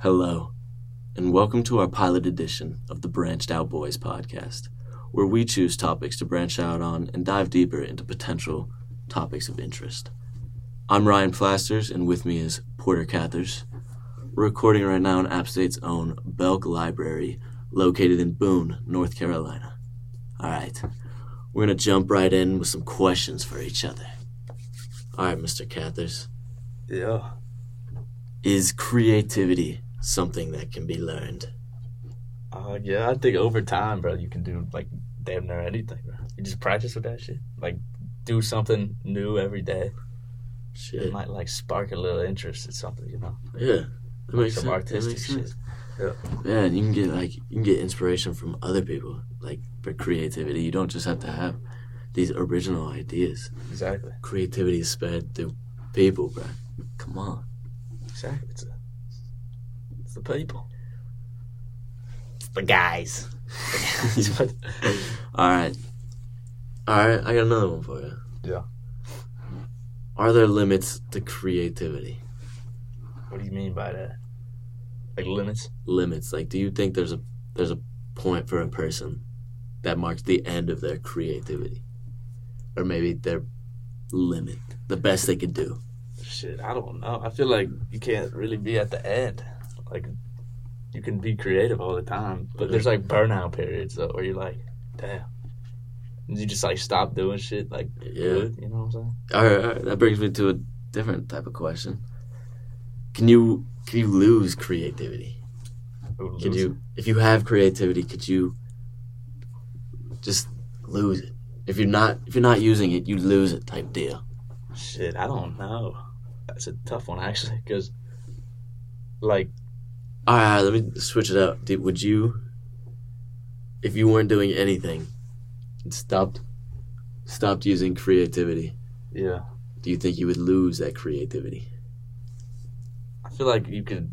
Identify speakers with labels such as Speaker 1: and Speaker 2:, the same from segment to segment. Speaker 1: Hello, and welcome to our pilot edition of the Branched Out Boys podcast, where we choose topics to branch out on and dive deeper into potential topics of interest. I'm Ryan Plasters, and with me is Porter Cathers. We're recording right now in App State's own Belk Library, located in Boone, North Carolina. All right, we're going to jump right in with some questions for each other. All right, Mr. Cathers.
Speaker 2: Yeah.
Speaker 1: Is creativity something that can be learned?
Speaker 2: Uh, yeah, I think over time, bro, you can do like damn near anything, bro. You just practice with that shit. Like, do something new every day. It
Speaker 1: Shit.
Speaker 2: might like spark a little interest in something, you know?
Speaker 1: Yeah. That makes sense.
Speaker 2: Some
Speaker 1: that
Speaker 2: artistic
Speaker 1: makes
Speaker 2: shit.
Speaker 1: sense. Yeah, and you can get like you can get inspiration from other people, like for creativity. You don't just have to have these original ideas.
Speaker 2: Exactly.
Speaker 1: Creativity is spread through people, bro. Come on.
Speaker 2: Exactly. It's, a, it's the people. It's the guys. The guys.
Speaker 1: All right. All right, I got another one for you.
Speaker 2: Yeah.
Speaker 1: Are there limits to creativity?
Speaker 2: what do you mean by that? Like limits?
Speaker 1: Limits. Like do you think there's a there's a point for a person that marks the end of their creativity? Or maybe their limit, the best they could do.
Speaker 2: Shit, I don't know. I feel like you can't really be at the end. Like, you can be creative all the time, but there's like burnout periods though, where you're like, damn, you just like stop doing shit. Like,
Speaker 1: Yeah.
Speaker 2: good, you know what I'm saying?
Speaker 1: All right, all right, that brings me to a different type of question. Can you can you lose creativity?
Speaker 2: Or
Speaker 1: Could
Speaker 2: lose
Speaker 1: you if you have creativity, could you just lose it? If you're not if you're not using it, you lose it type deal.
Speaker 2: it. Shit, I don't know. That's a tough one actually, because like,
Speaker 1: All right, all right, let me switch it up. Did, would you if you weren't doing anything and stopped stopped using creativity,
Speaker 2: yeah,
Speaker 1: do you think you would lose that creativity?
Speaker 2: I feel like you could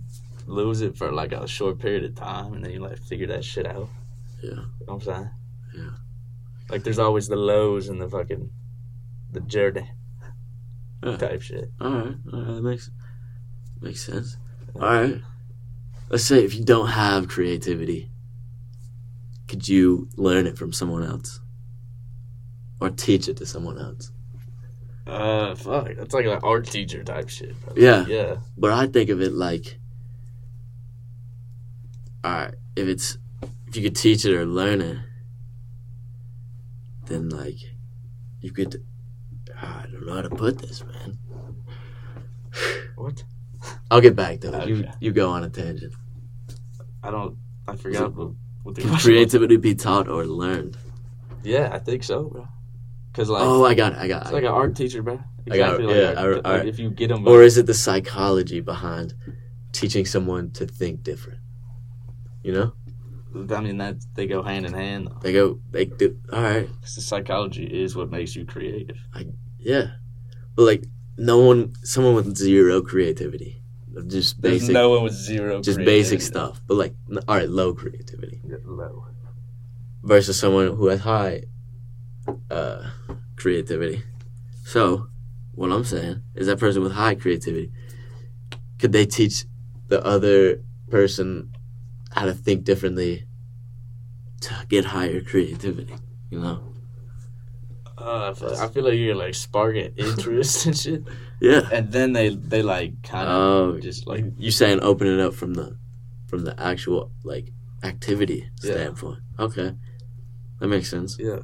Speaker 2: lose it for like a short period of time, and then you like figure that shit out.
Speaker 1: Yeah.
Speaker 2: You know what I'm saying?
Speaker 1: Yeah.
Speaker 2: Like there's always the lows and the fucking the journey
Speaker 1: Yeah.
Speaker 2: type shit.
Speaker 1: All right, all right, that makes makes sense. All right, let's say if you don't have creativity, could you learn it from someone else, or teach it to someone else?
Speaker 2: Uh, fuck. That's like an art teacher type shit. Bro.
Speaker 1: Yeah.
Speaker 2: Yeah.
Speaker 1: But I think of it like, all right, if it's if you could teach it or learn it, then like you could. I don't know how to put this, man.
Speaker 2: What?
Speaker 1: I'll get back to it. You
Speaker 2: Okay.
Speaker 1: you go on a tangent.
Speaker 2: I don't. I forgot what, what the
Speaker 1: Can
Speaker 2: question was.
Speaker 1: creativity be taught or learned?
Speaker 2: Yeah, I think so, bro. Cause like
Speaker 1: oh, I got it. I got it.
Speaker 2: it's like an art teacher, bro.
Speaker 1: I got-
Speaker 2: Exactly.
Speaker 1: yeah,
Speaker 2: like,
Speaker 1: I-
Speaker 2: art-
Speaker 1: I-
Speaker 2: like, if you get them,
Speaker 1: Or is it the psychology behind teaching someone to think different? You know,
Speaker 2: I mean that they go hand in hand. Though.
Speaker 1: they go, they do. All right,
Speaker 2: 'Cause the psychology is what makes you creative.
Speaker 1: yeah, but like no one, someone with zero creativity, just
Speaker 2: There's
Speaker 1: basic,
Speaker 2: no one with zero.
Speaker 1: just
Speaker 2: creativity.
Speaker 1: basic stuff. But like, n- all right, low creativity
Speaker 2: Yeah, Low.
Speaker 1: versus someone who has high uh, creativity. So, what I'm saying is that person with high creativity could they teach the other person how to think differently to get higher creativity? You know?
Speaker 2: Uh, fuck, I feel like you're like sparking interest and shit,
Speaker 1: Yeah.
Speaker 2: and then they they like kind of
Speaker 1: Oh,
Speaker 2: just like
Speaker 1: like you saying, open it up from the from the actual like activity
Speaker 2: Yeah.
Speaker 1: standpoint. Okay, that makes sense.
Speaker 2: yeah.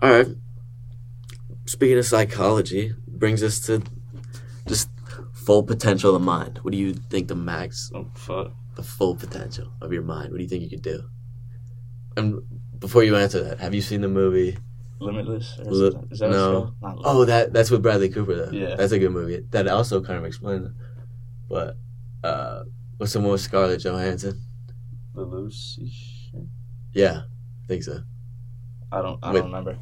Speaker 1: All right. Speaking of psychology, brings us to just full potential of mind. What do you think the max,
Speaker 2: Oh fuck.
Speaker 1: the full potential of your mind? What do you think you could do? And before you answer that, have you seen the movie?
Speaker 2: Limitless? Or
Speaker 1: Li-
Speaker 2: something? is that
Speaker 1: no.
Speaker 2: a show? Not Limitless.
Speaker 1: Oh, that that's with Bradley Cooper though.
Speaker 2: Yeah.
Speaker 1: that's a good movie. That also kind of explains it. But uh, what's the one with Scarlett Johansson?
Speaker 2: The Lucy shit?
Speaker 1: Yeah, I think so.
Speaker 2: I don't. I
Speaker 1: Wait.
Speaker 2: don't remember.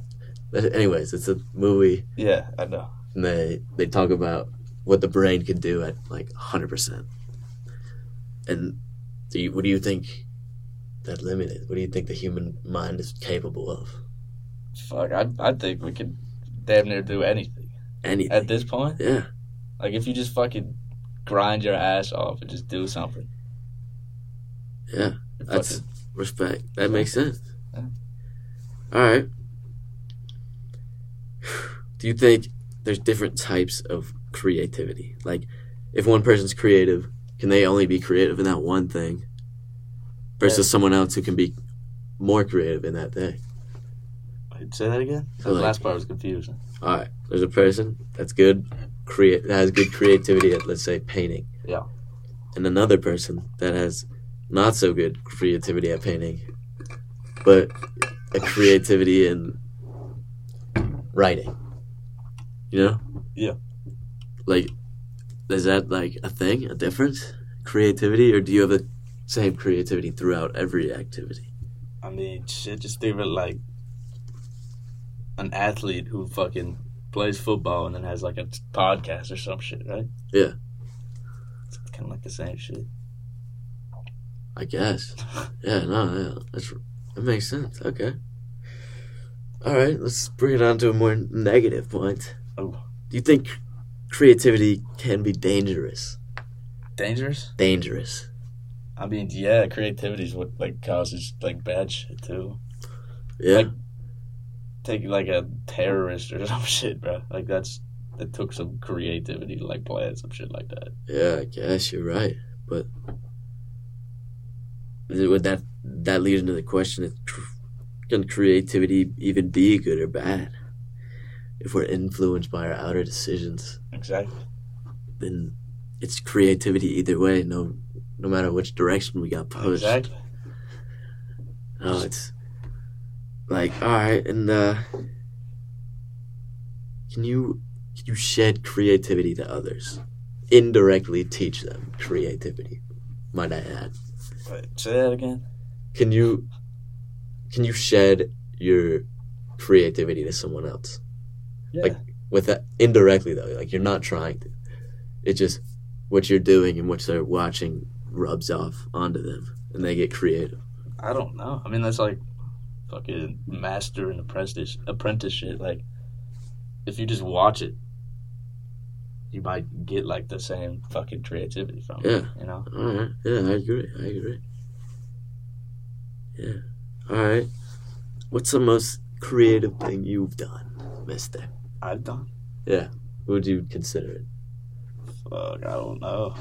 Speaker 1: But anyways, it's a movie,
Speaker 2: Yeah, I know.
Speaker 1: and they they talk about what the brain could do at like hundred percent. And do you, what do you think that limit is? What do you think the human mind is capable of?
Speaker 2: Fuck. I I think we could damn near do anything at
Speaker 1: Anything?
Speaker 2: this point.
Speaker 1: Yeah,
Speaker 2: Like if you just fucking grind your ass off and just do something,
Speaker 1: Yeah, that's
Speaker 2: Fucking-
Speaker 1: respect. That makes sense.
Speaker 2: Yeah.
Speaker 1: All right. Do you think there's different types of creativity? Like, if one person's creative, can they only be creative in that one thing, versus someone else who can be more creative in that thing?
Speaker 2: Wait, say that again.
Speaker 1: So,
Speaker 2: The
Speaker 1: like-
Speaker 2: last part was confusing.
Speaker 1: All right. There's a person that's good, create that has good creativity at let's say painting.
Speaker 2: Yeah.
Speaker 1: And another person that has not so good creativity at painting, but a creativity in writing. You know?
Speaker 2: Yeah.
Speaker 1: Like, is that like a thing, a difference, creativity, or do you have the same creativity throughout every activity?
Speaker 2: I mean, shit, just think of it like an athlete who fucking plays football and then has like a t- podcast or some shit, right?
Speaker 1: Yeah.
Speaker 2: It's kind of like the same shit.
Speaker 1: I guess. Yeah, no, yeah, that's that makes sense. Okay. All right, let's bring it on to a more negative point.
Speaker 2: Oh.
Speaker 1: Do you think creativity can be dangerous?
Speaker 2: Dangerous?
Speaker 1: Dangerous.
Speaker 2: I mean, yeah, creativity is what like causes like bad shit too.
Speaker 1: Yeah.
Speaker 2: Like- Take like a terrorist or some shit, bro. Like that's that took some creativity to like plan some shit like that.
Speaker 1: yeah, I guess you're right, but is it- would that that lead into the question: is cr- Can creativity even be good or bad? If we're influenced by our outer decisions,
Speaker 2: Exactly.
Speaker 1: then it's creativity either way. No, no matter which direction we got pushed.
Speaker 2: Exactly.
Speaker 1: No, it's like all right, and uh, can you can you shed creativity to others, indirectly teach them creativity? Might I add?
Speaker 2: Wait, say that again.
Speaker 1: Can you can you shed your creativity to someone else
Speaker 2: Yeah.
Speaker 1: Like- with that indirectly though? Like you're not trying to. It just what you're doing and what they're watching rubs off onto them, and they get creative.
Speaker 2: I don't know. I mean, that's like fucking master and apprentice apprentice shit. Like, if you just watch it, you might get like the same fucking creativity from it. You know?
Speaker 1: All right. Yeah, I agree. I agree. Yeah. All right. What's the most creative thing you've done, Mister?
Speaker 2: I've done.
Speaker 1: Would you consider it?
Speaker 2: Fuck, I don't know.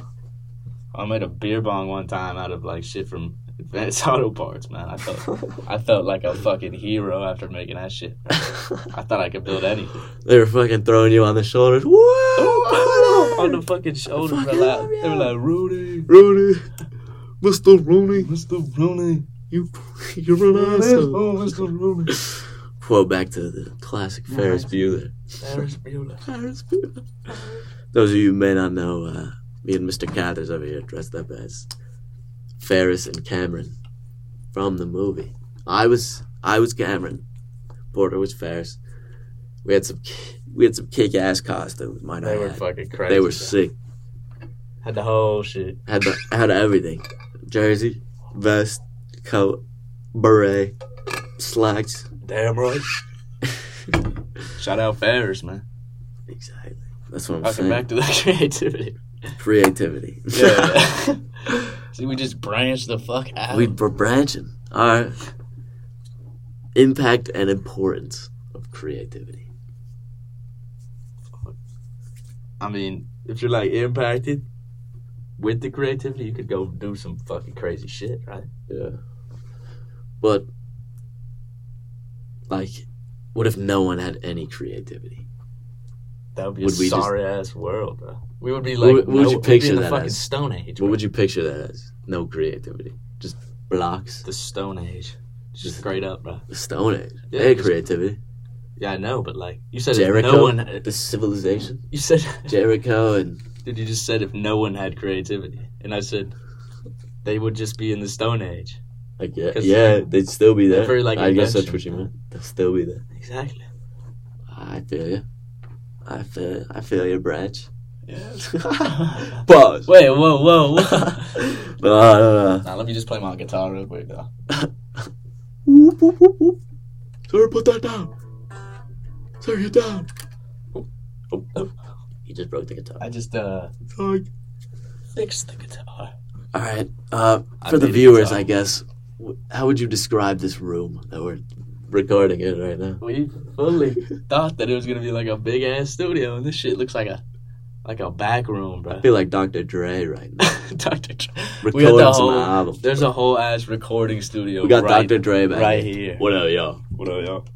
Speaker 2: I made a beer bong one time out of like shit from Advanced Auto Parts, man. I felt I felt like a fucking hero after making that shit. I thought I could build anything.
Speaker 1: they were fucking throwing you on the shoulders. Whoa!
Speaker 2: Oh, On the fucking shoulder,
Speaker 1: Fuck
Speaker 2: bro, like, they were like Rudy,
Speaker 1: Rooney, Mister Rooney,
Speaker 2: Mr. Rooney,
Speaker 1: you you're an asshole.
Speaker 2: Oh, Mr. Rooney.
Speaker 1: Quote back to the classic Ferris
Speaker 2: Nice.
Speaker 1: Bueller.
Speaker 2: Ferris Bueller.
Speaker 1: Ferris Bueller. Those of you who may not know, uh, me and Mr. Cathers over here dressed up as Ferris and Cameron from the movie. I was I was Cameron. Porter was Ferris. We had some ki- we had some kick ass costumes. Might I
Speaker 2: They were
Speaker 1: add.
Speaker 2: fucking crazy.
Speaker 1: they were
Speaker 2: bro.
Speaker 1: sick.
Speaker 2: Had the whole shit.
Speaker 1: Had the, had everything: jersey, vest, coat, beret, slacks.
Speaker 2: Damn right. Shout out Ferris, man.
Speaker 1: Exactly. That's what I'm
Speaker 2: Fucking
Speaker 1: saying.
Speaker 2: back to the creativity.
Speaker 1: Creativity.
Speaker 2: Yeah. See, we just branched the fuck out.
Speaker 1: We, we're branching. All right. Impact and importance of creativity.
Speaker 2: I mean, if you're like impacted with the creativity, you could go do some fucking crazy shit, right?
Speaker 1: Yeah. But, like, what if no one had any creativity?
Speaker 2: That would be
Speaker 1: Would
Speaker 2: a
Speaker 1: we just-
Speaker 2: sorry ass world, bro. We would be
Speaker 1: What
Speaker 2: like,
Speaker 1: would- what would you
Speaker 2: no- we'd be in
Speaker 1: picture
Speaker 2: the
Speaker 1: that
Speaker 2: fucking
Speaker 1: as?
Speaker 2: Stone Age.
Speaker 1: What
Speaker 2: bro.
Speaker 1: would you picture that as? No creativity. Just blocks.
Speaker 2: The Stone Age. Just straight up, bro.
Speaker 1: The Stone Age.
Speaker 2: Yeah,
Speaker 1: Yeah,
Speaker 2: just-
Speaker 1: creativity.
Speaker 2: Yeah, I know, but like you said, if
Speaker 1: Jericho.
Speaker 2: no one.
Speaker 1: The civilization.
Speaker 2: You said
Speaker 1: Jericho and.
Speaker 2: Dude, you just said if no one had creativity. And I said, they would just be in the Stone Age.
Speaker 1: Like, yeah,
Speaker 2: 'Cause
Speaker 1: yeah, they'd still be there.
Speaker 2: every, like,
Speaker 1: I guess that's
Speaker 2: invention.
Speaker 1: what you meant. They'll still be there.
Speaker 2: Exactly.
Speaker 1: I feel you. I feel. I feel your branch.
Speaker 2: Yeah.
Speaker 1: Pause.
Speaker 2: Wait, whoa, whoa,
Speaker 1: no,
Speaker 2: whoa.
Speaker 1: uh, no,
Speaker 2: now, let me just play my guitar real quick, though.
Speaker 1: no. Whoop, whoop, whoop, whoop. Sir, put that down. Sir, get down. Oh, oh. He just broke the guitar.
Speaker 2: I just, uh,
Speaker 1: Sorry.
Speaker 2: fixed the guitar.
Speaker 1: All right. Uh,
Speaker 2: I
Speaker 1: for the
Speaker 2: made it
Speaker 1: viewers,
Speaker 2: up.
Speaker 1: I guess, wh- how would you describe this room that we're recording in right now?
Speaker 2: We fully thought that it was gonna be like a big ass studio, and this shit looks like a like a back room, bro.
Speaker 1: I feel like Dr. Dre right now.
Speaker 2: Dr. Dre. We got the
Speaker 1: Recording some
Speaker 2: whole.
Speaker 1: album.
Speaker 2: There's a whole ass recording studio.
Speaker 1: We got
Speaker 2: right,
Speaker 1: Dr. Dre back.
Speaker 2: right here.
Speaker 1: What up, y'all?
Speaker 2: What up, y'all?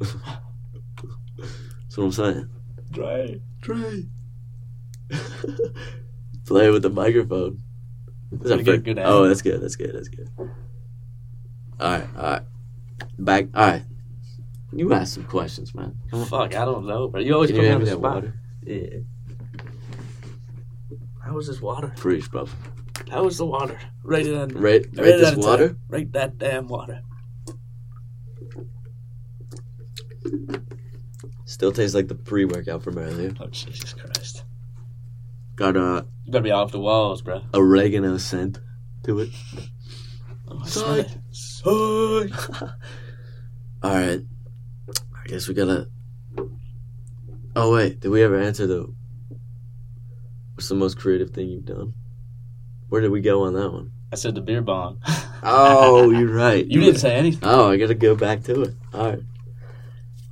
Speaker 1: That's what I'm saying.
Speaker 2: Dre.
Speaker 1: Dre. Play with the microphone. Is that
Speaker 2: Gotta get
Speaker 1: fir-
Speaker 2: good at
Speaker 1: oh,
Speaker 2: it.
Speaker 1: that's good. That's good. That's good. All right. All right. Back. All right. You asked some questions, man.
Speaker 2: Fuck, I don't know, bro. You always
Speaker 1: Can
Speaker 2: put
Speaker 1: you
Speaker 2: me
Speaker 1: hand
Speaker 2: on
Speaker 1: me
Speaker 2: the
Speaker 1: that
Speaker 2: spot.
Speaker 1: water?
Speaker 2: Yeah. How was this water?
Speaker 1: Preach, bro.
Speaker 2: How was the water? Rate it on.
Speaker 1: Rate, rate
Speaker 2: rate it
Speaker 1: this
Speaker 2: on
Speaker 1: water.
Speaker 2: Rate that damn water.
Speaker 1: Still tastes like the pre-workout from earlier.
Speaker 2: Oh Jesus Christ!
Speaker 1: Got a
Speaker 2: You better be off the walls, bro.
Speaker 1: oregano scent to it.
Speaker 2: Oh, I smell
Speaker 1: Psych.
Speaker 2: it. Psych.
Speaker 1: All right. I guess we gotta. Oh wait, did we ever answer the? What's the most creative thing you've done? Where did we go on that one?
Speaker 2: I said the beer bong.
Speaker 1: Oh, you're right.
Speaker 2: you didn't say anything.
Speaker 1: Oh, I gotta go back to it. All right.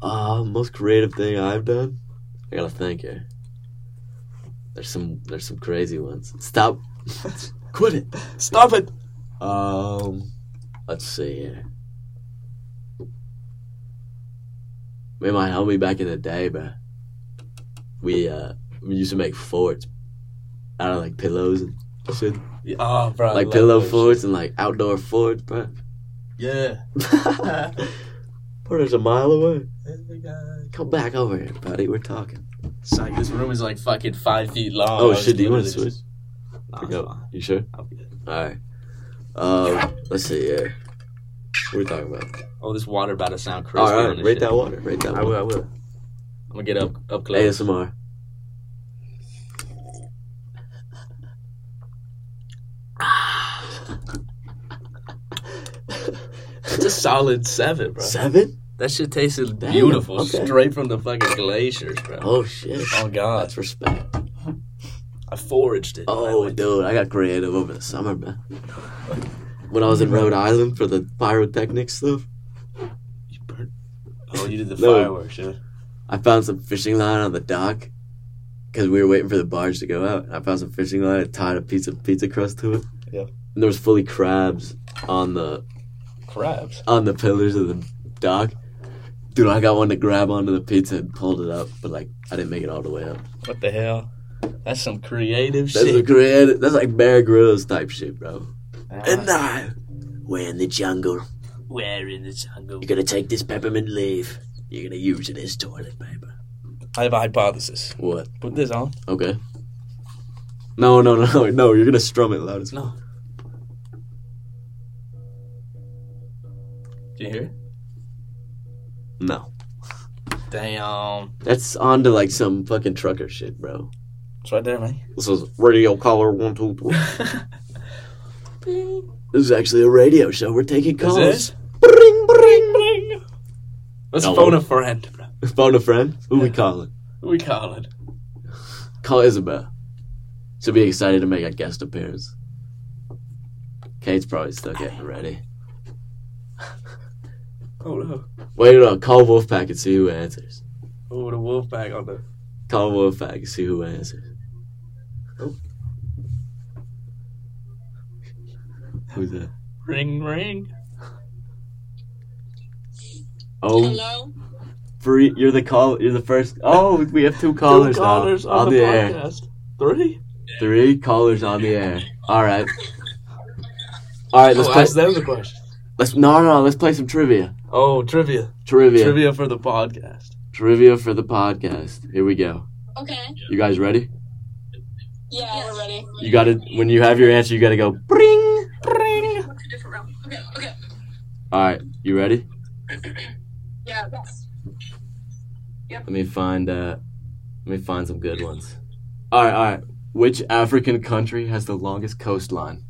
Speaker 1: Uh, most creative thing I've done. I gotta think here. There's some. There's some crazy ones. Stop. Quit it.
Speaker 2: Stop it.
Speaker 1: Um, let's see here. Me and my homie back in the day, bro. We uh we used to make forts out of like pillows and shit,
Speaker 2: Yeah, Oh, bro. I
Speaker 1: like
Speaker 2: love
Speaker 1: pillow
Speaker 2: that
Speaker 1: forts and like outdoor forts, bro.
Speaker 2: shit. Yeah.
Speaker 1: Porter's a mile away. Come back over here, buddy. We're talking.
Speaker 2: Psych. This room is like fucking five feet long.
Speaker 1: Oh,
Speaker 2: I was
Speaker 1: shit, do you wanna
Speaker 2: literally just- Nah,
Speaker 1: We
Speaker 2: it's
Speaker 1: go.
Speaker 2: fine.
Speaker 1: You sure?
Speaker 2: I'm good.
Speaker 1: All right. Um, let's see here. What are we talking about?
Speaker 2: Oh, this water about to sound crazy.
Speaker 1: All right, rate that water. Rate that
Speaker 2: I
Speaker 1: water.
Speaker 2: will. I will. I'm gonna get up up close.
Speaker 1: ASMR.
Speaker 2: It's a solid seven, bro.
Speaker 1: Seven?
Speaker 2: That shit tasted
Speaker 1: Damn,
Speaker 2: beautiful,
Speaker 1: okay.
Speaker 2: straight from the fucking glaciers, bro.
Speaker 1: Oh shit.
Speaker 2: Oh God,
Speaker 1: That's respect.
Speaker 2: I foraged it.
Speaker 1: Oh dude, I got creative over the summer, man. When I was in Rhode Island for the pyrotechnics stuff,
Speaker 2: you burnt. Oh, you did the
Speaker 1: No.
Speaker 2: fireworks, yeah.
Speaker 1: I found some fishing line on the dock because we were waiting for the barge to go out. And I found some fishing line and tied a piece of pizza crust to it.
Speaker 2: Yeah.
Speaker 1: And there was fully crabs on the
Speaker 2: Crabs.
Speaker 1: on the pillars of the dock. Dude, I got one to grab onto the pizza and pulled it up, but like I didn't make it all the way up.
Speaker 2: What the hell? That's some creative
Speaker 1: That's a
Speaker 2: shit.
Speaker 1: creative. That's like Bear Grylls type shit, bro.
Speaker 2: Ah,
Speaker 1: And now we're in the jungle.
Speaker 2: Where in the jungle?
Speaker 1: You're gonna take this peppermint leaf. You're gonna use it as toilet paper.
Speaker 2: I have a hypothesis.
Speaker 1: What?
Speaker 2: Put this on.
Speaker 1: Okay. No, no, no, no. You're gonna strum it loud as
Speaker 2: No. Do you hear it?
Speaker 1: No.
Speaker 2: Damn.
Speaker 1: That's onto like some fucking trucker shit, bro.
Speaker 2: It's right there, man.
Speaker 1: This is radio caller one two three. This is actually a radio show. We're taking
Speaker 2: This
Speaker 1: calls.
Speaker 2: is.
Speaker 1: Bring, bring.
Speaker 2: Let's
Speaker 1: No.
Speaker 2: phone a friend, bro.
Speaker 1: Phone a friend. Who we calling?
Speaker 2: Who we calling?
Speaker 1: Call Isabel. She'll be excited to make a guest appearance. Kate's probably still getting ready.
Speaker 2: Oh no.
Speaker 1: Wait no, call Wolfpack and see who answers.
Speaker 2: Oh, the wolf bag on the.
Speaker 1: Call Wolfpack and see who answers.
Speaker 2: Oh.
Speaker 1: Who's that?
Speaker 2: Ring, ring.
Speaker 1: Oh,
Speaker 3: Hello?
Speaker 1: free! You're the call. You're the first. Oh, we have two callers,
Speaker 2: Two
Speaker 1: now
Speaker 2: callers
Speaker 1: on, the, air.
Speaker 2: podcast. Three?
Speaker 1: Three callers on the air. All right. All right. Let's
Speaker 2: Oh,
Speaker 1: play.
Speaker 2: ask them the question.
Speaker 1: Let's no, no. Let's play some trivia.
Speaker 2: Oh, trivia.
Speaker 1: Trivia. Trivia,
Speaker 2: Trivia for the podcast.
Speaker 1: for the podcast. Here we go.
Speaker 3: Okay.
Speaker 1: You guys ready?
Speaker 3: Yeah, we're ready.
Speaker 1: You got to When you have your answer, you got to go. Bring.
Speaker 3: Ring. different room. Okay, okay.
Speaker 1: All right. You ready?
Speaker 3: Yeah.
Speaker 1: Let me find uh let me find some good ones. Alright, alright. Which African country has the longest coastline?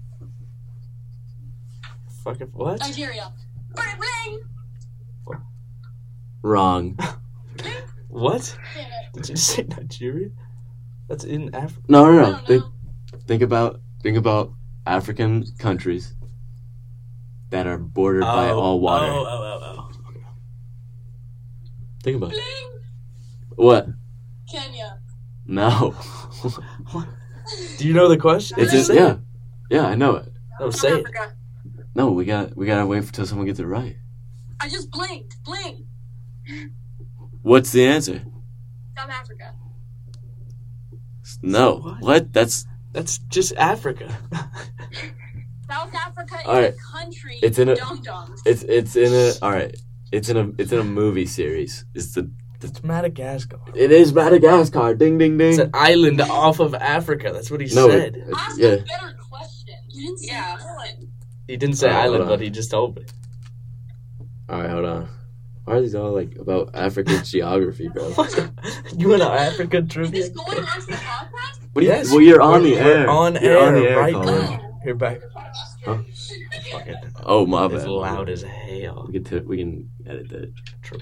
Speaker 2: Fucking what?
Speaker 3: Nigeria. Ring, ring.
Speaker 1: Wrong.
Speaker 2: What?
Speaker 3: Damn it.
Speaker 2: Did you say Nigeria? That's in Africa.
Speaker 1: No no
Speaker 3: I
Speaker 1: no.
Speaker 3: don't
Speaker 1: Think
Speaker 3: know.
Speaker 1: think about think about African countries that are bordered by all water.
Speaker 2: Oh, oh, oh, oh.
Speaker 1: Think about it.
Speaker 3: Bling!
Speaker 1: What?
Speaker 3: Kenya.
Speaker 1: No.
Speaker 2: Do you know the question?
Speaker 1: it's
Speaker 3: just-
Speaker 1: just, yeah. Yeah, I know it.
Speaker 2: No,
Speaker 3: South
Speaker 2: say it.
Speaker 3: Africa.
Speaker 1: No, we got we gotta wait until someone gets it right.
Speaker 3: I just blinked. Blink.
Speaker 1: What's the answer?
Speaker 3: South Africa.
Speaker 1: No.
Speaker 2: What?
Speaker 1: What? That's
Speaker 2: That's just Africa.
Speaker 3: South Africa is
Speaker 1: All right.
Speaker 3: a country.
Speaker 1: It's in a-
Speaker 3: Dum dums.
Speaker 1: it's it's in a all right. It's in a it's in a movie series. It's the
Speaker 2: It's Madagascar.
Speaker 1: it is Madagascar. Ding ding ding.
Speaker 2: It's an island off of Africa. That's what he
Speaker 1: no, it,
Speaker 2: said.
Speaker 1: it's-
Speaker 3: Ask
Speaker 1: yeah.
Speaker 3: a better question. You didn't say
Speaker 4: Yeah.
Speaker 3: Ireland.
Speaker 2: He didn't say
Speaker 1: Alright, hold
Speaker 2: island,
Speaker 1: on.
Speaker 2: but he just told me.
Speaker 1: All right, hold on. Why are these all like about African geography, bro? What
Speaker 2: you want an African
Speaker 3: Is
Speaker 2: trivia?
Speaker 3: this going on to the podcast?
Speaker 1: do you-
Speaker 2: Yes.
Speaker 1: well, you're on
Speaker 2: We're-
Speaker 1: the
Speaker 2: we're
Speaker 1: air.
Speaker 2: on
Speaker 1: You're on
Speaker 2: air
Speaker 1: the air,
Speaker 2: right
Speaker 1: Colin.
Speaker 2: now. You're back.
Speaker 3: Oh.
Speaker 2: Fucking
Speaker 1: Oh my bad.
Speaker 2: It's loud as hell.
Speaker 1: We can t- we can edit that.
Speaker 2: True.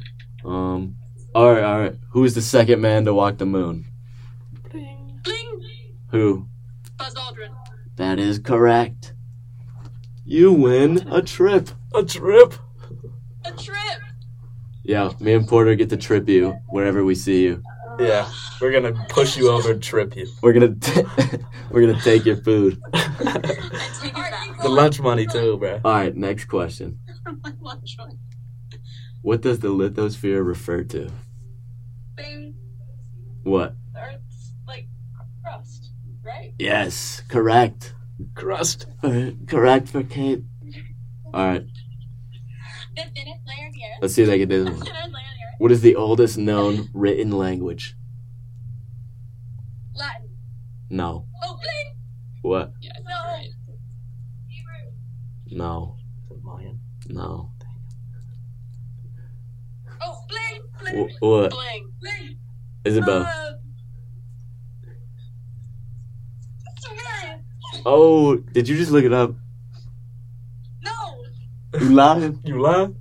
Speaker 1: Um. All right, all right. Who is the second man to walk the moon?
Speaker 3: Bling.
Speaker 1: Who?
Speaker 3: Buzz Aldrin.
Speaker 1: That is correct. You win a trip.
Speaker 2: A trip.
Speaker 3: A trip.
Speaker 1: Yeah, me and Porter get to trip you wherever we see you.
Speaker 2: Yeah, we're gonna push you over, and trip you.
Speaker 1: We're gonna we're gonna take your food.
Speaker 3: I
Speaker 2: the
Speaker 3: take it back.
Speaker 2: lunch money too, bro.
Speaker 1: All right, next question.
Speaker 3: My lunch money.
Speaker 1: What does the lithosphere refer to?
Speaker 3: Bing.
Speaker 1: What?
Speaker 3: The Earth's like crust, right?
Speaker 1: Yes, correct.
Speaker 2: Crust.
Speaker 1: Uh, Correct for Kate. All right,
Speaker 3: The thinnest layer of the Earth.
Speaker 1: let's see if I can do this.
Speaker 3: The
Speaker 1: one.
Speaker 3: thinnest layer of the Earth.
Speaker 1: What is the oldest known written language?
Speaker 3: Latin.
Speaker 1: No.
Speaker 3: Oh, bling.
Speaker 1: What?
Speaker 3: Yeah,
Speaker 4: that's
Speaker 3: no.
Speaker 4: right.
Speaker 3: Hebrew.
Speaker 1: No.
Speaker 2: Mayan.
Speaker 1: No.
Speaker 3: Oh, bling. Bling.
Speaker 1: Wh- What?
Speaker 3: Bling. Bling.
Speaker 1: uh, Isabel.
Speaker 3: Uh, Sudan.
Speaker 1: Oh, did you just look it up?
Speaker 3: No.
Speaker 1: You lying?
Speaker 2: You lie.
Speaker 3: No.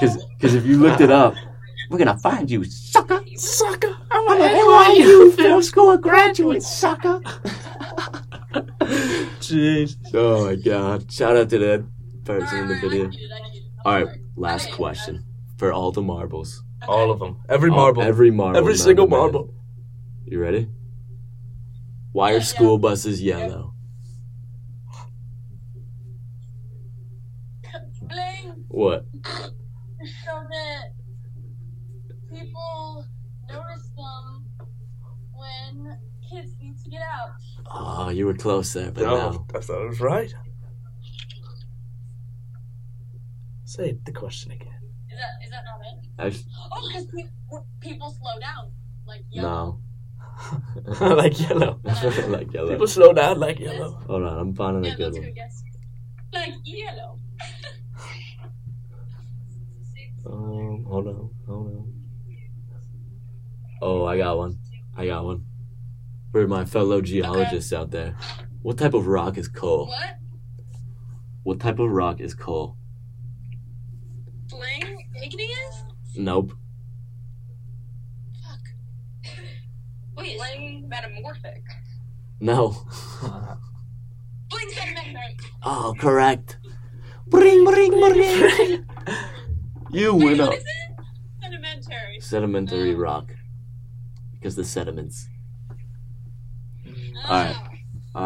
Speaker 1: Because if you looked it up, we're gonna find you, sucker.
Speaker 2: Sucker.
Speaker 1: I'm a NYU film school graduate, sucker.
Speaker 2: Jeez.
Speaker 1: oh my god! Shout out to that person in the
Speaker 3: Alright,
Speaker 1: video.
Speaker 3: I get it, I get it. I'm
Speaker 1: All right,
Speaker 3: sorry.
Speaker 1: last question for all the marbles.
Speaker 3: Okay.
Speaker 2: All of them. Oh, Every
Speaker 1: All-
Speaker 2: marble.
Speaker 1: every marble.
Speaker 2: Every
Speaker 1: known
Speaker 2: single
Speaker 1: to man.
Speaker 2: marble.
Speaker 1: You ready? Why
Speaker 3: Yeah,
Speaker 1: are
Speaker 3: yeah.
Speaker 1: school buses yellow?
Speaker 3: Bling.
Speaker 1: What?
Speaker 3: So that people notice them when kids need to get out.
Speaker 1: Oh, you were close there, but
Speaker 2: No,
Speaker 1: no.
Speaker 2: I thought it was right. Say the question again.
Speaker 3: Is that is that not it?
Speaker 1: Actually,
Speaker 3: Oh, because people slow down. Like yellow.
Speaker 1: no.
Speaker 2: like yellow.
Speaker 1: like yellow.
Speaker 2: People slow down like yellow.
Speaker 1: Hold on, I'm finding
Speaker 3: Yeah,
Speaker 1: a good
Speaker 3: that's
Speaker 1: one.
Speaker 3: good guess. Like yellow.
Speaker 1: Um, hold on, hold on. Oh, I got one. I got one. For my fellow geologists out there, what type of rock is coal? What?
Speaker 3: What?
Speaker 1: type of rock is coal?
Speaker 3: Bling? Igneous?
Speaker 1: Nope.
Speaker 4: Wait, it's metamorphic.
Speaker 1: No.
Speaker 3: Bling sedimentary.
Speaker 1: Oh, correct. Bring, bring, bring. you
Speaker 3: Wait,
Speaker 1: win
Speaker 3: what
Speaker 1: up.
Speaker 3: is it? Sedimentary.
Speaker 1: Sedimentary
Speaker 3: Uh.
Speaker 1: rock. Because the sediments.
Speaker 3: Ah.
Speaker 1: All right.
Speaker 3: Mm. All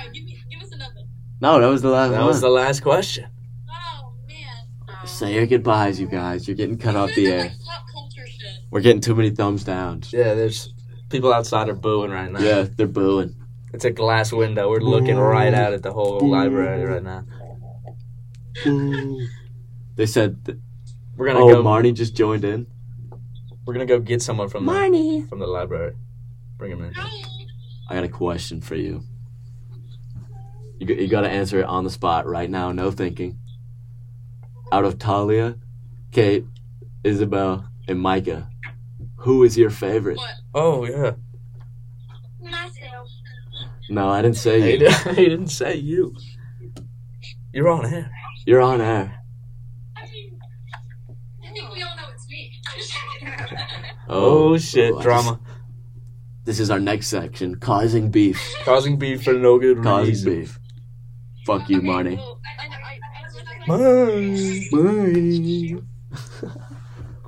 Speaker 3: right, give me, give us another.
Speaker 1: No, that was the last
Speaker 2: That
Speaker 1: one.
Speaker 2: was the last question.
Speaker 3: Oh man.
Speaker 1: Say your goodbyes, you guys. You're getting cut off
Speaker 3: This
Speaker 1: the
Speaker 3: is
Speaker 1: air.
Speaker 3: Like pop culture shit.
Speaker 1: We're getting too many thumbs down.
Speaker 2: Yeah, there's people outside are booing right now.
Speaker 1: Yeah, they're booing.
Speaker 2: It's a glass window. We're looking right out at the whole library right now.
Speaker 1: They said, th-
Speaker 2: We're gonna
Speaker 1: "Oh,
Speaker 2: go.
Speaker 1: Marnie just joined in."
Speaker 2: we're gonna go get someone from the,
Speaker 1: Marnie,
Speaker 2: from the library. Bring him in.
Speaker 3: Ow.
Speaker 1: I got a question for you. You, g- you got to answer it on the spot right now, no thinking. Out of Talia, Kate, Isabel, and Micah, who is your favorite?
Speaker 3: What?
Speaker 2: Oh yeah.
Speaker 3: Myself.
Speaker 1: No, I didn't say
Speaker 2: He,
Speaker 1: you.
Speaker 2: did, he didn't say you. You're on air.
Speaker 1: You're on air.
Speaker 3: I mean, I think we all know it's me.
Speaker 2: Oh, shit,
Speaker 1: I just-
Speaker 2: drama.
Speaker 1: This is our next section causing beef.
Speaker 2: Causing beef for no good
Speaker 1: Causing
Speaker 2: reason.
Speaker 1: beef. Fuck you,
Speaker 4: Okay,
Speaker 1: Marnie.
Speaker 4: well, I- I- I- I was like-
Speaker 2: Money.
Speaker 1: Bye.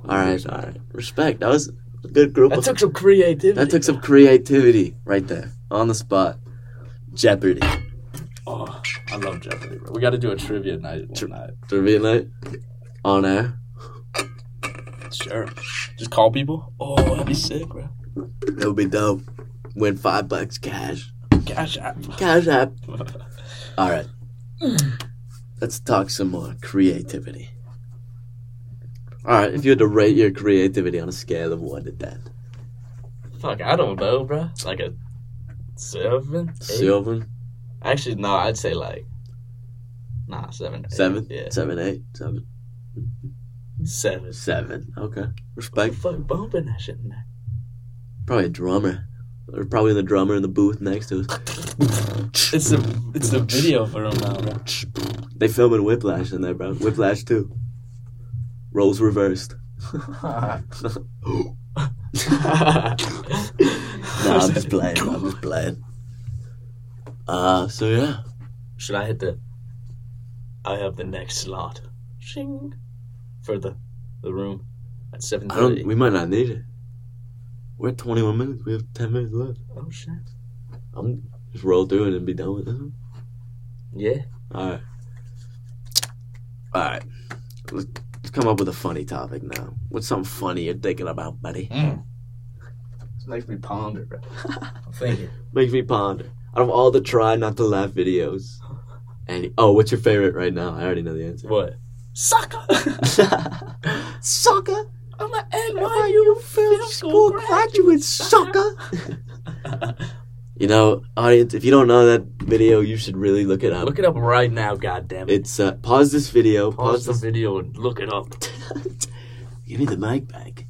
Speaker 1: all right, all right. Respect. That was a good group.
Speaker 2: That
Speaker 1: of-
Speaker 2: took some creativity.
Speaker 1: that took some creativity right there on the spot. Jeopardy.
Speaker 2: Oh, I love Jeopardy, bro. We got to do a trivia night one
Speaker 1: Tri-
Speaker 2: night.
Speaker 1: Trivia night on air.
Speaker 2: Sure. Just call people. Oh, that'd be sick, bro.
Speaker 1: That would be dope. Win five bucks cash.
Speaker 2: Gosh, I...
Speaker 1: Cash app. All right. Let's talk some more creativity. All right. If you had to rate your creativity on a scale of one to ten,
Speaker 2: fuck, I don't know, bro. Like a seven, eight.
Speaker 1: Sylvan,
Speaker 2: Actually, no, I'd say like nah, seven, eight.
Speaker 1: seven,
Speaker 2: yeah,
Speaker 1: seven, eight, seven,
Speaker 2: seven.
Speaker 1: seven. Okay.
Speaker 2: Like
Speaker 1: Respect.
Speaker 2: fuck, bumping that shit in there.
Speaker 1: Probably a drummer. Or probably the drummer in the booth next to us.
Speaker 2: It's a it's a video for him now, bro.
Speaker 1: They filming Whiplash in there, bro. Whiplash too. Roles reversed. No, I'm just playing. I'm just playing. Uh, so yeah,
Speaker 2: Should I hit the? I have the next slot. Shing. For the, the room, at seven
Speaker 1: I don't.
Speaker 2: thirty.
Speaker 1: We might not need it. We're at 21 minutes. We have 10 minutes left.
Speaker 2: Oh shit.
Speaker 1: I'm just roll through it and be done with it.
Speaker 2: Yeah.
Speaker 1: All right. All right. Let's, let's come up with a funny topic now. What's something funny you're thinking about, buddy?
Speaker 2: This makes me ponder, bro. I'm thinking.
Speaker 1: Makes me ponder. Out of all the try not to laugh videos, and oh, what's your favorite right now? I already know the answer.
Speaker 2: What? Sucker.
Speaker 1: Sucker.
Speaker 2: I'm an
Speaker 1: Why you film school graduate sucker? you know, audience, if you don't know that video, you should really look it up.
Speaker 2: Look it up right now, goddammit. it!
Speaker 1: It's uh, pause this video.
Speaker 2: Pause
Speaker 1: Pause,
Speaker 2: the video and look it up.
Speaker 1: this. Give me the mic back.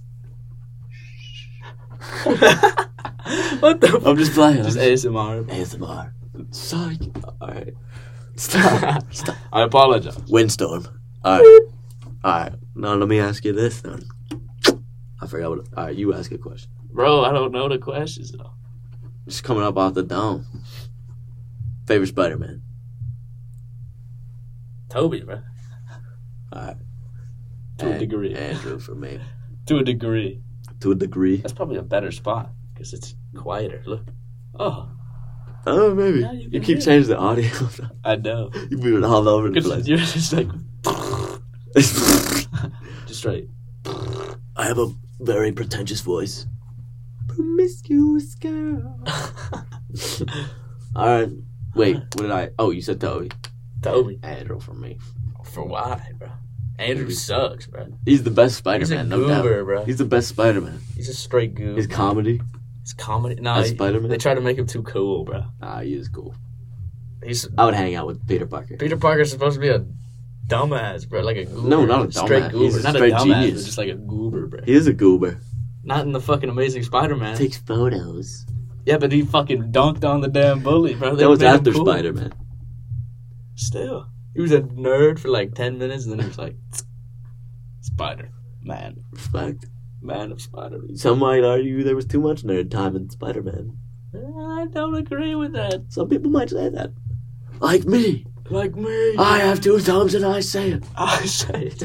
Speaker 2: what the?
Speaker 1: I'm just playing. I'm
Speaker 2: Just
Speaker 1: Just
Speaker 2: ASMR.
Speaker 1: ASMR. Sorry. All right. Stop. Stop.
Speaker 2: I apologize.
Speaker 1: Windstorm. All right. All right. Now let me ask you this. Then. I forgot what. All right, you ask a question.
Speaker 2: Bro, I don't know the questions at all.
Speaker 1: Just coming up off the dome. Favorite Spider-Man.
Speaker 2: Toby, bro.
Speaker 1: Alright.
Speaker 2: To a
Speaker 1: And-
Speaker 2: degree.
Speaker 1: Andrew for me.
Speaker 2: To a degree.
Speaker 1: To a degree.
Speaker 2: That's probably a better spot because it's quieter. Look. Oh,
Speaker 1: Oh, maybe.
Speaker 2: Yeah, you
Speaker 1: you
Speaker 2: can
Speaker 1: keep
Speaker 2: do it.
Speaker 1: changing the audio.
Speaker 2: I know. 'Cause
Speaker 1: you move it all over the place.
Speaker 2: you're just like, just right.
Speaker 1: I have a very pretentious voice. Promiscuous girl. Alright. Wait, what did I? Oh, you said Toby.
Speaker 2: Toby.
Speaker 1: Andrew for me.
Speaker 2: For why, bro? Andrew sucks, bro.
Speaker 1: He's the best Spider
Speaker 2: He's a
Speaker 1: Man, no doubt.
Speaker 2: goober, bro.
Speaker 1: He's the best Spider Man.
Speaker 2: He's a straight goob.
Speaker 1: His comedy.
Speaker 2: His comedy. No,
Speaker 1: As
Speaker 2: Oh, he-
Speaker 1: Spider-Man?
Speaker 2: they try to make him too cool, bro.
Speaker 1: Ah, he is cool.
Speaker 2: He's
Speaker 1: I would hang out with Peter Parker.
Speaker 2: Peter Parker's supposed to be a dumbass, bro. Like a goober.
Speaker 1: No, not a
Speaker 2: Straight
Speaker 1: dumbass.
Speaker 2: goober.
Speaker 1: He's a
Speaker 2: not
Speaker 1: straight
Speaker 2: a dumbass,
Speaker 1: genius.
Speaker 2: but just like a goober, bro.
Speaker 1: He is a goober.
Speaker 2: Not in the fucking Amazing Spider-Man.
Speaker 1: Takes photos.
Speaker 2: Yeah, but he fucking dunked on the damn bully, bro. They
Speaker 1: That was
Speaker 2: made him
Speaker 1: after
Speaker 2: cool.
Speaker 1: Spider Man.
Speaker 2: Still, he was a nerd for like ten minutes, and then he was like, Spider Man,
Speaker 1: Respect.
Speaker 2: man of Spider.
Speaker 1: Some might argue there was too much nerd time in Spider Man.
Speaker 2: I don't agree with that.
Speaker 1: Some people might say that. Like me.
Speaker 2: Like me,
Speaker 1: I have two thumbs and I say it.
Speaker 2: I say it.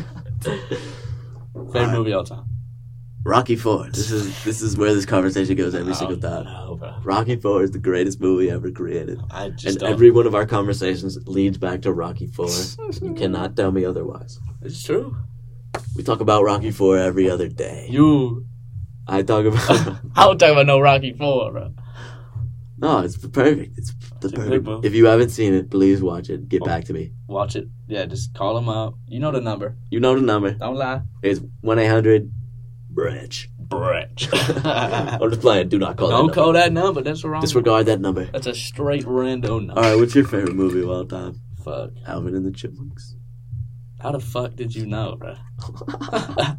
Speaker 2: Favorite
Speaker 1: I-
Speaker 2: movie all time.
Speaker 1: Rocky Four. This is this is where this conversation goes every single time.
Speaker 2: Oh, No, bro.
Speaker 1: Rocky Four is the greatest movie ever created.
Speaker 2: I just
Speaker 1: and
Speaker 2: don't.
Speaker 1: every one of our conversations leads back to Rocky Four. you cannot tell me otherwise.
Speaker 2: It's true.
Speaker 1: We talk about Rocky Four every other day.
Speaker 2: You.
Speaker 1: I talk about
Speaker 2: I would talk about no Rocky Four, bro.
Speaker 1: No, it's perfect. It's the
Speaker 2: a good
Speaker 1: perfect.
Speaker 2: movie.
Speaker 1: If you haven't seen it, please watch it. Get
Speaker 2: Oh.
Speaker 1: back to me.
Speaker 2: Watch it. Yeah, just call him out. You know the number.
Speaker 1: You know the number.
Speaker 2: Don't lie.
Speaker 1: It's one eight hundred branch.
Speaker 2: Brett.
Speaker 1: I'm just playing. Do not call
Speaker 2: Don't
Speaker 1: that
Speaker 2: call
Speaker 1: number.
Speaker 2: that number. That's the wrong.
Speaker 1: Disregard that number.
Speaker 2: That's a straight random number.
Speaker 1: All right, what's your favorite movie of all time?
Speaker 2: Fuck.
Speaker 1: Alvin and the Chipmunks.
Speaker 2: How the fuck did you know, bro?
Speaker 1: I'm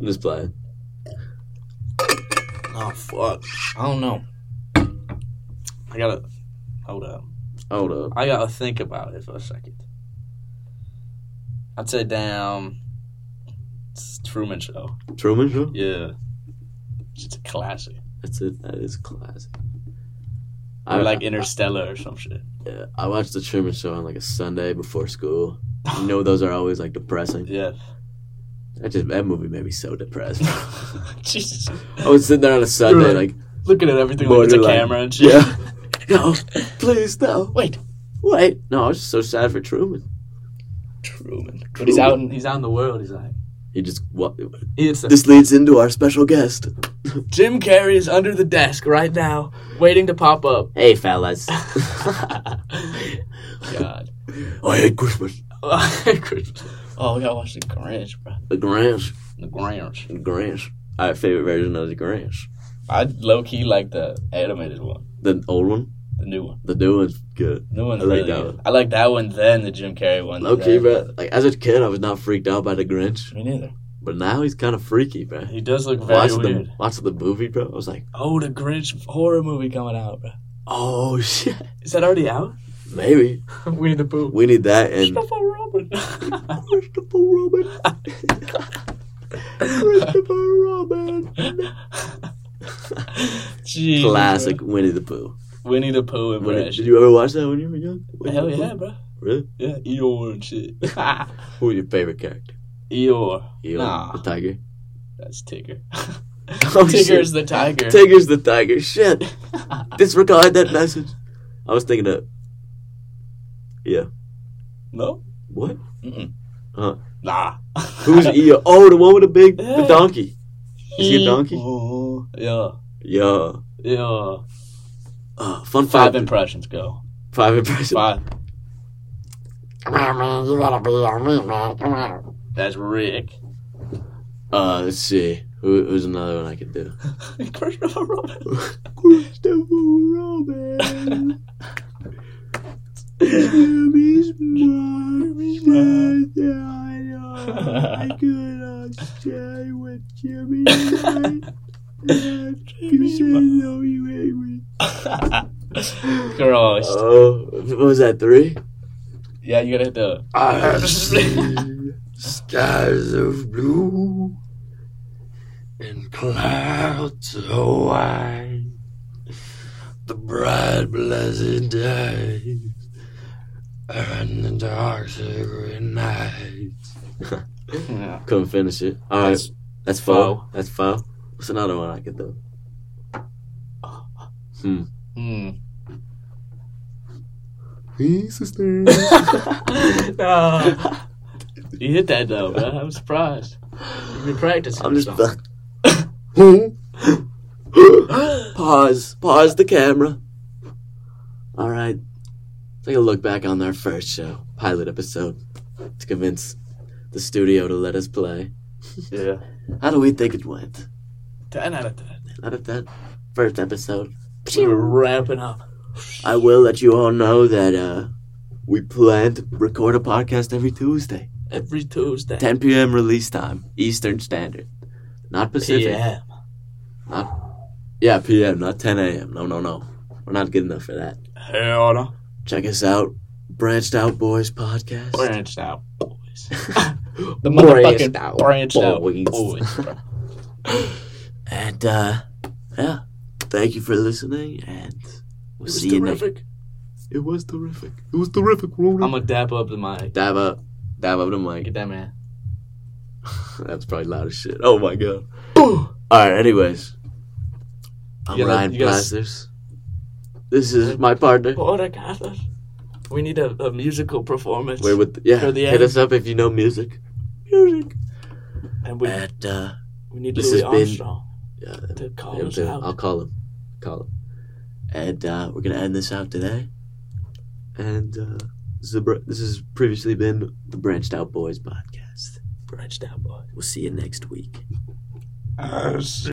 Speaker 1: just playing.
Speaker 2: Oh fuck. I don't know. I gotta hold up.
Speaker 1: Hold up.
Speaker 2: I gotta think about it for a second. I'd say damn it's Truman Show.
Speaker 1: Truman Show?
Speaker 2: Yeah. It's a classic.
Speaker 1: That's it. That is classic.
Speaker 2: Or like Interstellar or some shit.
Speaker 1: Yeah, I watched the Truman Show on like a Sunday before school. You know those are always like depressing.
Speaker 2: Yeah.
Speaker 1: That just that movie made me so depressed.
Speaker 2: Jesus.
Speaker 1: I was sitting there on a Sunday
Speaker 2: Really?
Speaker 1: like,
Speaker 2: Looking at everything like it's a
Speaker 1: Borderline.
Speaker 2: camera and shit.
Speaker 1: yeah, no, please no,
Speaker 2: Wait.
Speaker 1: wait, no. I was just so sad for Truman.
Speaker 2: Truman. But he's out
Speaker 1: Truman.
Speaker 2: in he's out in the world, he's like
Speaker 1: He just what?
Speaker 2: it's
Speaker 1: This leads into our special guest.
Speaker 2: Jim Carrey is under the desk right now, waiting to pop up.
Speaker 1: Hey, fellas.
Speaker 2: God.
Speaker 1: I hate Christmas.
Speaker 2: Christmas. Oh, we gotta watch the Grinch, bro.
Speaker 1: The Grinch.
Speaker 2: The Grinch.
Speaker 1: The Grinch. Our favorite version of the Grinch.
Speaker 2: I low key like the animated one,
Speaker 1: The old one.
Speaker 2: the new one.
Speaker 1: The new one's good.
Speaker 2: The new one's
Speaker 1: I like
Speaker 2: really
Speaker 1: that
Speaker 2: good.
Speaker 1: one.
Speaker 2: I like that one then the Jim Carrey one.
Speaker 1: Low key,
Speaker 2: then.
Speaker 1: bro. Like as a kid, I was not freaked out by the Grinch,
Speaker 2: Me neither.
Speaker 1: but now he's kind of freaky, bro.
Speaker 2: He does look very
Speaker 1: Watch
Speaker 2: weird.
Speaker 1: the watch the movie, bro. I was like,
Speaker 2: Oh, the Grinch horror movie coming out, bro.
Speaker 1: oh shit,
Speaker 2: Is that already out?
Speaker 1: maybe
Speaker 2: Winnie the Pooh.
Speaker 1: we need that and
Speaker 2: Christopher Robin.
Speaker 1: Christopher Robin. Christopher Robin.
Speaker 2: Jeez,
Speaker 1: Classic Winnie the Pooh.
Speaker 2: bro. Winnie the Pooh and
Speaker 1: Winnie,
Speaker 2: Grinch.
Speaker 1: did you ever watch that when you were young? Winnie
Speaker 2: Hell
Speaker 1: the Pooh?
Speaker 2: yeah, bro.
Speaker 1: Really?
Speaker 2: Yeah, Eeyore and shit.
Speaker 1: Who was your favorite character?
Speaker 2: Eeyore.
Speaker 1: You
Speaker 2: Nah.
Speaker 1: the tiger.
Speaker 2: That's Tigger.
Speaker 1: Oh, shit.
Speaker 2: Tigger's the tiger.
Speaker 1: Tiger's the tiger. Shit. Disregard that message. I was thinking of
Speaker 2: no?
Speaker 1: what?
Speaker 2: Mm-mm.
Speaker 1: Huh.
Speaker 2: Nah.
Speaker 1: Who's Eo? Oh, the one with the big the
Speaker 2: Yeah.
Speaker 1: donkey. Is he a donkey?
Speaker 2: Oh, yeah.
Speaker 1: Yeah.
Speaker 2: Yeah.
Speaker 1: Uh, fun
Speaker 2: Five
Speaker 1: fact.
Speaker 2: impressions go.
Speaker 1: five impression.
Speaker 2: Five.
Speaker 5: Come on, man. You gotta be on me, man. Come on.
Speaker 2: That's Rick.
Speaker 1: Uh, let's see. Who, who's another one I could do?
Speaker 2: Christopher Robin.
Speaker 1: Christopher Robin. Jimmy's mom I could stay with Jimmy You
Speaker 2: said no,
Speaker 1: you hate me.
Speaker 2: Gross.
Speaker 1: Oh, what was that, three?
Speaker 2: yeah, you gotta hit the.
Speaker 1: I see skies of blue and clouds so white. The bright, blessed day and the dark, sacred night.
Speaker 2: Yeah.
Speaker 1: Couldn't finish it. All right, that's,
Speaker 2: That's-
Speaker 1: foul.
Speaker 2: foul.
Speaker 1: That's foul. What's another one I could do?
Speaker 2: Hmm.
Speaker 1: sister.
Speaker 2: no. You hit that though, bro. I'm surprised. You've been practicing.
Speaker 1: I'm just.
Speaker 2: or something.
Speaker 1: Pause. Pause the camera. All right. Take a look back on our first show, pilot episode, to convince the studio to let us play.
Speaker 2: yeah.
Speaker 1: How do we think it went?
Speaker 2: 10 out of 10.
Speaker 1: Out of that first episode,
Speaker 2: We were ramping up.
Speaker 1: I will let you all know that uh, we plan to record a podcast every Tuesday,
Speaker 2: Every Tuesday.
Speaker 1: 10 p.m. release time, Eastern Standard, not Pacific.
Speaker 2: PM.
Speaker 1: Yeah, p.m. Not 10 a.m. No, no, no. We're not good enough for that.
Speaker 2: Hell no.
Speaker 1: Check us out, Branched Out Boys podcast.
Speaker 2: Branched out, boys. the
Speaker 1: Branched
Speaker 2: motherfucking
Speaker 1: out
Speaker 2: branched out,
Speaker 1: boys.
Speaker 2: boys. bro.
Speaker 1: And uh, yeah, thank you for listening, and we'll
Speaker 2: This
Speaker 1: see
Speaker 2: is
Speaker 1: you next.
Speaker 2: terrific.
Speaker 1: It was terrific. It was terrific. Rory.
Speaker 2: I'm gonna dap up the mic.
Speaker 1: dab up, dab up the mic.
Speaker 2: Get that man.
Speaker 1: That's probably loud as shit. Oh my god. All right. Anyways, I'm
Speaker 2: You gotta-
Speaker 1: Ryan
Speaker 2: you gotta- Oh,
Speaker 1: Plasters. This is my partner.
Speaker 2: What a god. We need a, a musical performance.
Speaker 1: We're with yeah.
Speaker 2: For the
Speaker 1: Hit
Speaker 2: end.
Speaker 1: us up if you know music. Music.
Speaker 2: and we,
Speaker 1: And uh,
Speaker 2: we need
Speaker 1: this
Speaker 2: Louis
Speaker 1: has been- uh,
Speaker 2: Armstrong
Speaker 1: yeah,
Speaker 2: to call
Speaker 1: Yeah,
Speaker 2: us
Speaker 1: dude,
Speaker 2: out.
Speaker 1: I'll call him. Call him. And uh, we're gonna end this out today. And uh, this, is the br- this has previously been the Branched Out Boys podcast.
Speaker 2: branched out, boys.
Speaker 1: We'll see you next week.